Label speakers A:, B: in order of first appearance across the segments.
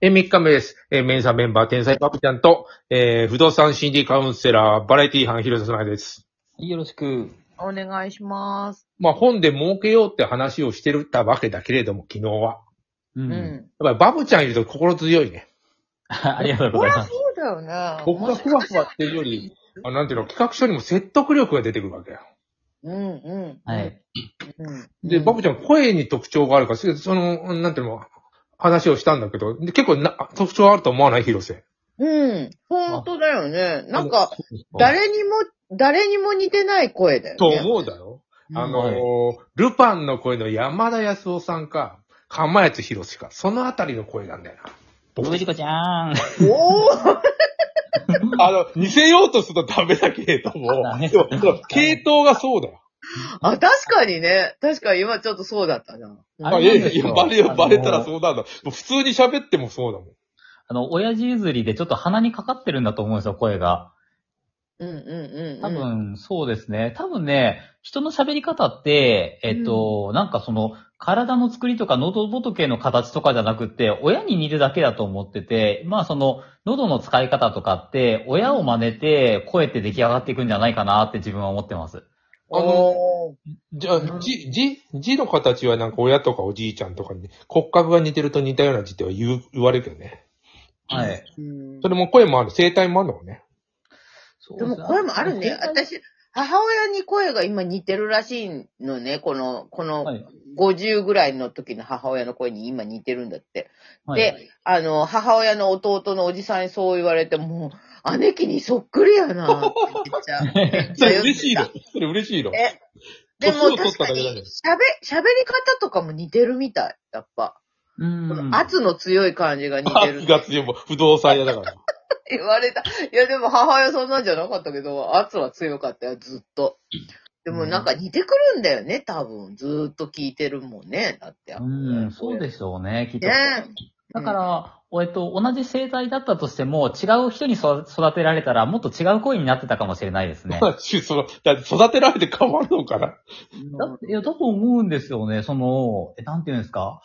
A: えー、3日目です。えー、メンサーメンバー、天才パピちゃんと、えー、不動産心理カウンセラー、バラエティ班、広瀬さなです。
B: はい、よろしく。
C: お願いします。
A: まあ、本で儲けようって話をしてるたわけだけれども、昨日は。
B: う。
C: うんん。
A: やっぱりバブちゃんいると心強いね。
B: ありがとう
C: こ
B: ござ
C: れ
B: い
C: は
B: ます
C: そ。うだよね。
A: 僕がふわふわっていうより、あなんていうの、企画書にも説得力が出てくるわけよ。
C: うんうん。
B: はい。
C: うん。
A: で、バブ
C: ち
A: ちゃん声に特徴があるから、その、なんていうの、話をしたんだけど、で結構な特徴あると思わない広瀬。
C: ゃん。うん。本当だよね。なんか、誰にも、誰にも似てない声だよね。
A: と思うだろあのールパンの声の山田康夫さんか、浜谷博士か、そのあたりの声なんだよな。
B: 僕ぶじこちゃん。
C: おー
A: あの、似せようとするとダメだけれども
B: ダメ、
A: でもその系統がそうだよ。
C: あ、確かにね。確かに今ちょっとそうだったな。
B: あ
A: あ
B: れ
A: い
B: な
A: やいや
B: んです
A: い
B: よ
A: や、バレよ、バレたら
B: あ
A: そうなんだ。もう普通に喋ってもそうだもん。
B: あの、親父譲りでちょっと鼻にかかってるんだと思うんですよ、声が。
C: うんうんうんうん。
B: 多分、そうですね。多分ね、人の喋り方って、えっと、なんかその、体の作りとか喉仏の形とかじゃなくて、親に似るだけだと思ってて、まあその、喉の使い方とかって、親を真似て、声って出来上がっていくんじゃないかなって自分は思ってます。
A: あの
C: おー
A: じゃあ、じ、じ、字の形はなんか親とかおじいちゃんとかに骨格が似てると似たような字っては言う、言われるけどね。
B: はい。
C: うん
A: それも声もある、声帯もあるのもね。
B: そう
C: で
B: です
C: も
B: ね
C: 声もあるね。私、母親に声が今似てるらしいのね。この、この
B: はい
C: 50ぐらいの時の母親の声に今似てるんだって。
B: はい
C: で、あの、母親の弟のおじさんにそう言われて、もう、姉貴にそっくりやなって言っち ゃう。
A: それ嬉しいの。それ嬉しいの。
C: え、で
A: 年を
C: も
A: 取った
C: 確か
A: だけだ
C: に
A: ね
C: 喋、喋り方とかも似てるみたい。やっぱ。
B: うん
C: この圧の強い感じが似 てる
A: 圧。が強い、もう不動産屋だから。
C: 言われた。いや、でも母親そんなんじゃなかったけど、圧は強かったよ、ずっと。でもなんか似てくるんだよね、多分。ずーっと聞いてるもんね、だって。
B: うん、そうでしょうね、きっと。
C: ね。
B: だから、おえっと、同じ生態だったとしても、違う人にそ育てられたら、もっと違う声になってたかもしれないですね。
A: まあしそのだって育てられて変わるのかな
B: だっていや、だと思うんですよね。その、えなんていうんですか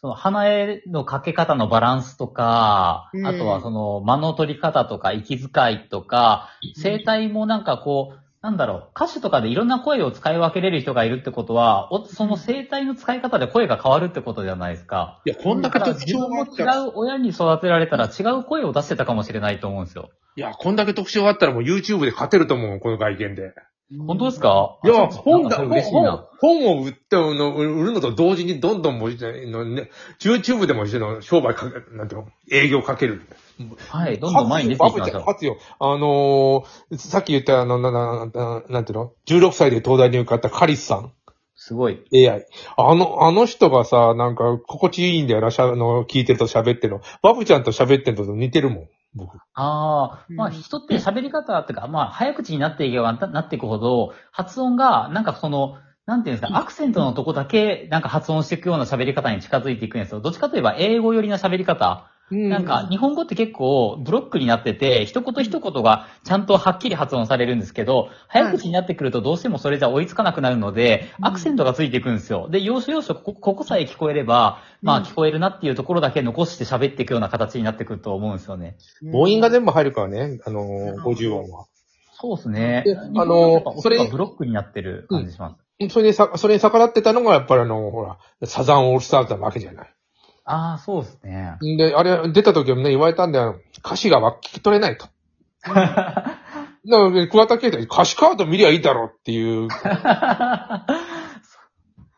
B: その、鼻へのかけ方のバランスとか、
C: うん
B: あとはその、間の取り方とか、息遣いとか、声帯もなんかこう、なんだろう、歌手とかでいろんな声を使い分けれる人がいるってことは、おその声帯の使い方で声が変わるってことじゃないですか。
A: いや、こんだけ特
B: 自
A: 徴
B: 分
A: があ
B: も
A: った
B: 違
A: ら、
B: う親に育てられたら違う声を出してたかもしれないと思うんですよ。
A: いや、こんだけ特徴があったらもう YouTube で勝てると思う、この外見で。
B: 本当ですか
A: いや、
B: あそう
A: 本
B: なん
A: だ、
B: かそれ
A: 本
B: 嬉しいな。
A: 本を売ってあの、売るのと同時にどんどんもう、ね、YouTube でも一緒の商売かけ、なんていうの、営業かける。
B: はい、どんどん前に出ていきましょう。
A: 勝つよ。あのー、さっき言ったあの、な、な、ななんていうの ?16 歳で東大に受かったカリスさん。
B: すごい。
A: AI。あの、あの人がさ、なんか、心地いいんだよな、しゃ、あの、聞いてると喋ってるの。バブちゃんと喋ってるのと似てるもん、僕。
B: ああ、まあ
C: うん
B: 人って喋り方っていうか、まあ早口になっていけばななっていくほど、発音が、なんかその、なんていうんですか、アクセントのとこだけ、なんか発音していくような喋り方に近づいていくんですよ。どっちかといえば英語寄りな喋り方。なんか、日本語って結構ブロックになってて、一言一言がちゃんとはっきり発音されるんですけど、早口になってくるとどうしてもそれじゃ追いつかなくなるので、
C: うん
B: アクセントがついていくんですよ。で、要所要所ここ、ここさえ聞こえれば、ま
C: う
B: あ
C: ん
B: 聞こえるなっていうところだけ残して喋っていくような形になってくると思うんですよね。
A: 母音が
C: ね。
A: 全部入るからね、あのー、50音は。
B: そうですね。
A: で
B: 日本語はやっぱ
A: あのそれ
B: 音がブロックになってる感じします。
A: それでさ、それに逆らってたのが、やっぱりあの、ほら、サザンオールスターズなわけじゃな
B: ああ、そうですね。
A: い。んで、あれ、出た時もね、言われたんだよ。歌詞がわ聞き取れないと。だからね、桑田圭太に歌詞カード見りゃいいだろうって いう、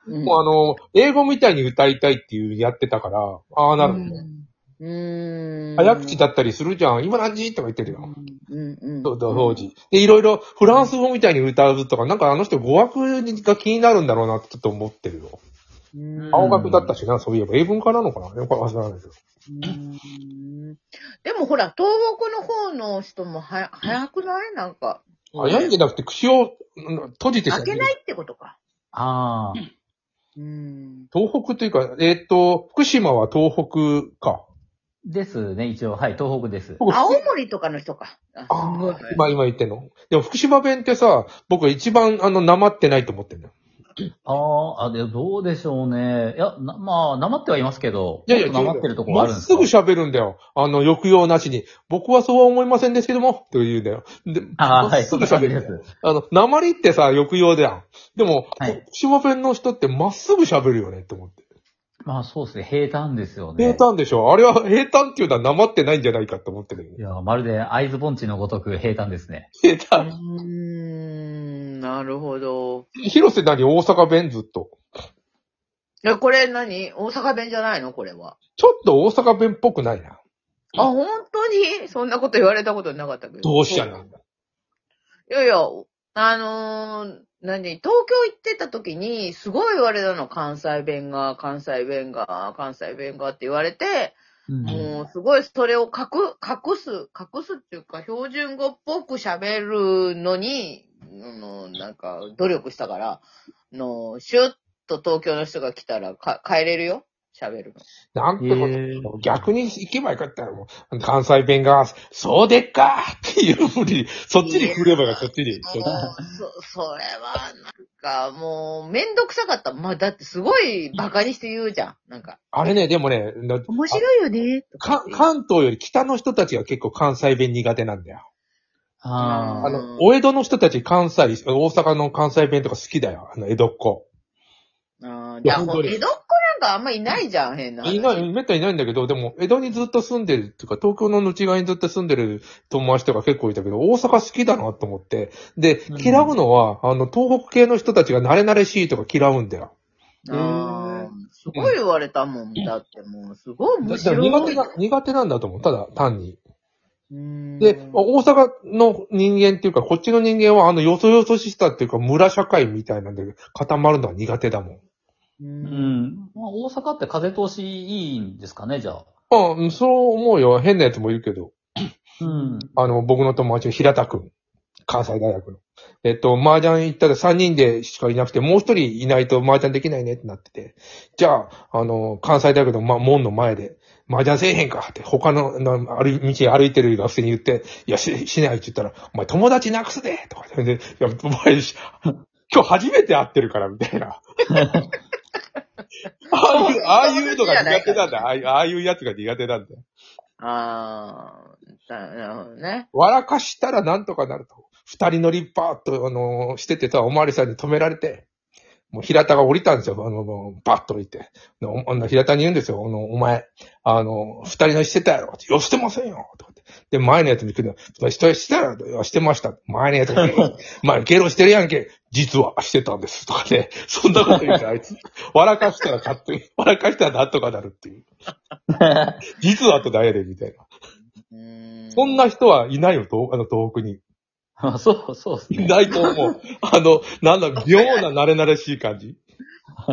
C: うん
A: もうあの、英語みたいに歌いたいっていうやってたから、ああ、なるほどね。
C: うん。
A: 早口だ
C: っ
A: ったりするじゃん。今何時とか言ってるよ。
C: うんうん。
A: そう当時。で、いろいろフランス語みたいに歌うとか、なんかあの人語学が気になるんだろうなってちょっと思ってるよ。
C: うん
A: 青学だったしな、そういえば。英文化なのかなよくわからないけど。
C: うんでもほら、東北の方の人もは、早くないなんか、
A: 早いんじゃなくて、口をうん閉じて
C: 開けないいってことか。
B: ああ、
C: うん。
A: 東北というか、えーっ、と、福島は東北か。
B: ですね、一応。はい、東北です。
A: 僕
C: 青森とかの人か。あ
A: あ
C: すごい
A: あ、今、今言ってんの。でも、福島弁ってさ、僕は一番、あの、なまってないと思ってんだよ。
B: あーあ、で、どうでしょうね。いや、なまあ、なまってはいますけど、
A: いやいや、
B: なまってるところあるんですか
A: まっすぐ喋るんだよ。あの、抑揚なしに。僕はそうは思いませんですけども、というんだよ。で、
B: ああ、
A: ま
B: は
A: っ
B: い、
A: す
B: そん
A: ぐ
B: な感
A: 喋
B: じ
A: るん
B: で
A: だよ。
B: す。
A: あの、鉛ってさ、抑揚だやん。でも、
B: はい
A: 徳島弁の人ってまっすぐ喋るよねって思って。
B: まあ、そうですね。平坦ですよね。
A: 平坦でしょあれは平坦っていうのは鉛ってないんじゃないかって思ってる
B: いや、まるで会津盆地のごとく平坦ですね。
A: 平
C: う
A: 坦。
C: ーん、なるほど。
A: 広瀬何大阪弁ずっと。
C: え、これ何大阪弁じゃないのこれは。
A: ちょっと大阪弁っぽくないな。
C: あ、本当にそんなこと言われたことなかったけど。
A: どうしたら。
C: いやいや、あのー何、東京行ってた時に、すごい言われたの、関西弁が、関西弁が、関西弁がって言われて、
B: うん
C: もうすごいそれを隠、隠す、隠すっていうか、標準語っぽく喋るのに、あの、なんか、努力したから、あの、シュッと東京の人が来たら、か、帰れるよ喋るの。
A: なんてこと、
B: へー
A: 逆に行けばよかったよ。もう関西弁が、そうでっかっていうふうに、そっちに来ればよ、そっちに。そっちに
C: もう、そ、それは、なんか、もう、めんどくさかった。まあ、だってすごい馬鹿にして言うじゃん。なんか、
A: あれね、でもね、な
C: 面白いよね。と
A: か
C: かって
A: 関東より北の人たちが結構関西弁苦手なんだよ。
B: あ
A: あ
B: ー
A: の
C: うん、
A: お江戸の人たち関西、大阪の関西弁とか好きだよ。あの、江戸っ子。
C: あー
A: い
C: じ
A: や
C: ゃあ、も
A: 本
C: う
A: 当に
C: 江戸っ子なんかあんまいないじゃん、変な話。
A: いない、めったにいないんだけど、でも、江戸にずっと住んでる、とか、東京の内側にずっと住んでる友達とか結構いたけど、大阪好きだなと思って。で、
B: うん
A: 嫌うのは、あの、東北系の人たちが慣れ慣れしいとか嫌うんだよ。
C: あーすごい言われたもん。だってもう、すごい面
A: だから
C: 白い。
A: 苦手な、苦手なんだと思う。ただ、単に。
C: うん
A: で、大阪の人間っていうか、こっちの人間は、あの、よそよそしさっていうか、村社会みたいなんで固まるのは苦手だもん。
C: う
B: うんん。まあ、大阪って風通しいいんですかね、じゃあ。
A: うんうん、そう思うよ。変なやつもいるけど。
B: うん。
A: あの、僕の友達の平田くん。関西大学の。えっと、麻雀行ったら3人でしかいなくて、もう1人いないと麻雀できないねってなってて。じゃあ、あの、関西大学の、ま、門の前で、麻雀せえへんかって、他の、な、ある、道歩いてる学生に言って、いや、し、しないって言ったら、お前友達なくすでとか言って、でいや、お前、し今日初めて会ってるから、みたい な。ああいう、ああいうのが苦手なんだ。ああいう、ああいうやつが苦手なんだ。
C: ああ、なるほどね。
A: 笑かしたらなんとかなると。二人乗りパーッと、あのーしててさ、おまわりさんに止められて、もう平田が降りたんですよ、あの、もうバッと降りて。でおあの平田に言うんですよ、あの、お前、あの、二人乗りしてたやろって、よ、してませんよとかって。で、前のやつに来るの、二人乗りしてたやろいやしてました。前のやつが、前、ゲロしてるやんけ。実はしてたんです。とかね、そんなこと言うて、あいつ。笑かしたら勝手に、笑かしたらなんとかなるっていう。実はと誰で、みたいな。
C: うん
A: そんな人はいないよ、東あの、東北に。
B: まあ、 そう、そ うです
A: い
B: ね。
A: ないと思う。あの、なんだ、妙な慣れ慣れしい感じ。
C: へー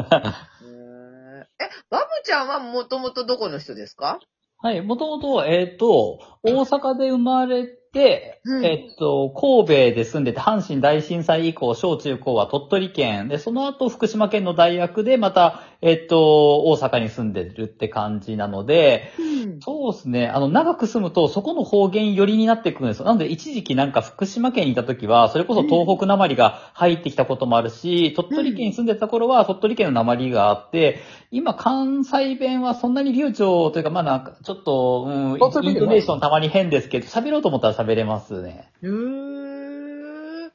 C: え、バブちゃんはもともとどこの人ですか
B: はい、もともと、えっ、と、大阪で生まれて、
C: うん
B: えっ、と、神戸で住んでて、阪神大震災以降、小中高は鳥取県、で、その後、福島県の大学で、また、えっ、と、大阪に住んでるって感じなので、
C: うん。
B: そうですね。あの、長く住むと、そこの方言寄りになってくるんですよ。なので、一時期なんか福島県にいた時は、それこそ東北なまりが入ってきたこともあるし、鳥取県に住んでた頃は、鳥取県のなまりがあって、今、関西弁はそんなに流暢というか、まあなんか、ちょっと、うん、イ
A: 関西弁
B: ントネーションたまに変ですけど、喋ろうと思ったら喋れますね。
C: へー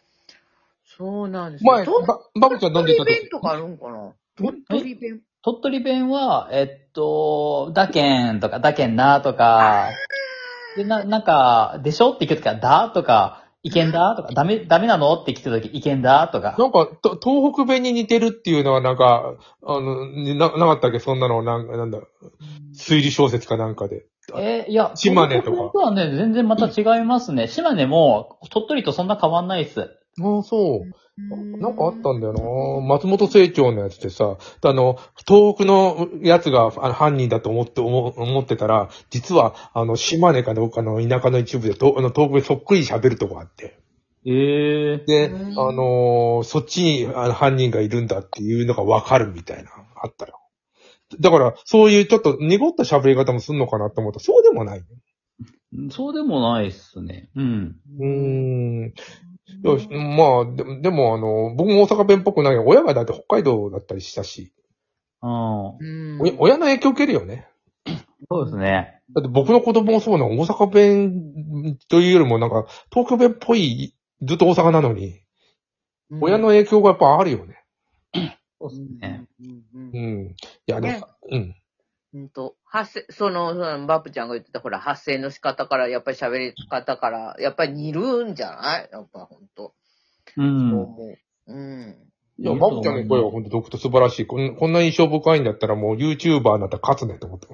C: そうなんですね
A: 前、
C: 鳥
A: ば、バブちゃん飲んでた
C: 取
A: 時
C: 弁。とかあるんかな鳥取弁。
B: 鳥取弁は、えっと、だけんとか、だけんなとか、で、な、なんか、でしょって聞くときは、だとか、いけんだとか、ダメ、ダメなのって聞くとき、いけんだとか。
A: なんか、と東北弁に似てるっていうのはなんか、あの、にな、なかったっけそんなの、なんなんだ、推理小説かなんかで。
B: えーいや、
A: 島根とか
B: 東北はね、全然また違いますね。島根も、鳥取とそんな変わんないっす。
A: ああ、そう。
C: うん
A: なんかあったんだよな松本清張のやつってさ、あの、東北のやつがあの犯人だと思って、思思ってたら、実は、あの、島根かどうかの田舎の一部で、とあの東北にそっくり喋るとこがあって。
B: ええ
A: で、あ
C: うん
A: のーそっちにあの犯人がいるんだっていうのがわかるみたいな、あったよ。だから、そういうちょっと濁った喋り方もすんのかなと思ったら、そうでもない。う
B: そうでもないっすね。うん。
A: ーん。いやしまあ、でも、でもあの、僕も大阪弁っぽくないよ。親がだって北海道だったりしたし、
B: うん。
C: うん
A: お親の影響受けるよね。
B: そうですね。
A: だって僕の子供もそうなの、大阪弁というよりもなんか、東京弁っぽい、ずっと大阪なのに、親の影響がやっぱあるよね。
B: そうですね。
C: うんうん
A: う
C: うん
A: ん。いや、で
C: ね
A: も、うん。
C: うんと、発声、その、そのバップちゃんが言ってた、ほら、発声の仕方から、やっぱり喋り方から、やっぱり似るんじゃないやっぱ、ほんと。
B: う。
C: そうん思う。うん。
A: いや、バブちゃんの声は本当独特素晴らしい。こんこんな印象深いんだったらもう YouTuber になったら勝つねと思って。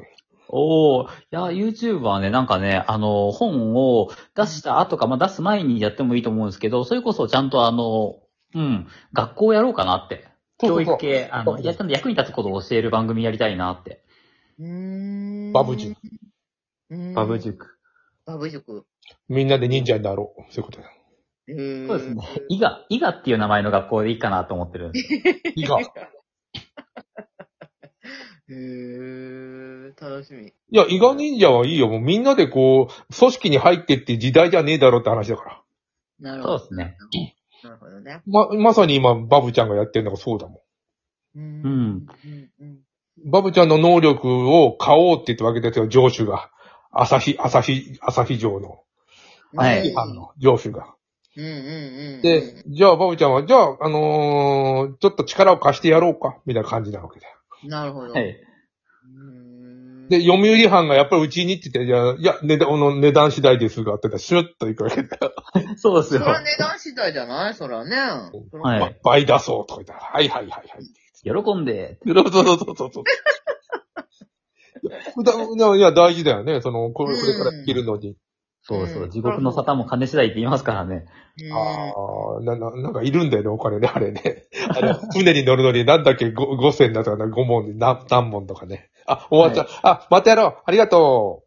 B: おおいや、YouTube はね、なんかね、あの、本を出した後か、まあ、出す前にやってもいいと思うんですけど、それこそちゃんとあの、うん、学校やろうかなって。
A: そうそ
B: 教
A: うそう
B: 育系、あ
A: そう
B: の、
A: そう
B: やったんで役に立つことを教える番組やりたいなって。
C: うーん
A: バブ塾。
C: うん
B: バブ。塾。
C: バブ塾。
A: みんなで忍者になろう。そういうことだ。
C: そうで
B: そうですね。伊賀、伊賀っていう名前の学校でいいかなと思ってるんですよ。
A: いいか。い
C: へー、楽しみ。
A: や、伊賀忍者はいいよ。もうみんなでこう、組織に入ってって時代じゃねえだろって話だから。
C: なるほ
B: そうで
C: ど。
B: すね。
C: なるほどね。
A: ま、まさに今、バブちゃんがやってるのがそうだもん。
C: う。
B: うんん。
C: うんうん
A: バブちゃんの能力を買おうって言ったわけですよ、上司が。朝日、朝日、朝日城の、
B: はい
A: あの、上司が。
C: うんうんうんうん。
A: で、じゃあ、バブちゃんは、じゃあ、あのーちょっと力を貸してやろうか、みたいな感じなわけだよ。
C: なるほど。
B: は
C: う
B: い。
C: ーん
A: で、読売班がやっぱりうちにって言って、いや、いや、値段、あの値段次第ですが、って言ったら、シュッと行くわけだよ。
B: そうです
C: そ
B: よ
C: れ。は値段次第じゃないそれはね。
B: はい
A: ば倍出そう、とか言ったら、はいはいはいはい。
B: 喜んで。
A: そうそうそうそうそう。普段いや、大事だよね。その、これこれから生きるのに。
B: そうそうう。
C: ん
B: 地獄の沙汰も金次第って言いますからね。
C: うん
A: ああ、な、な、なんかいるんだよね、お金ね、あれね。あの、船に乗るのに、なんだっけ、ご五千だとかな、五問で、何、何問とかね。あ、終わっちゃう。あ、またやろう。ありがとう。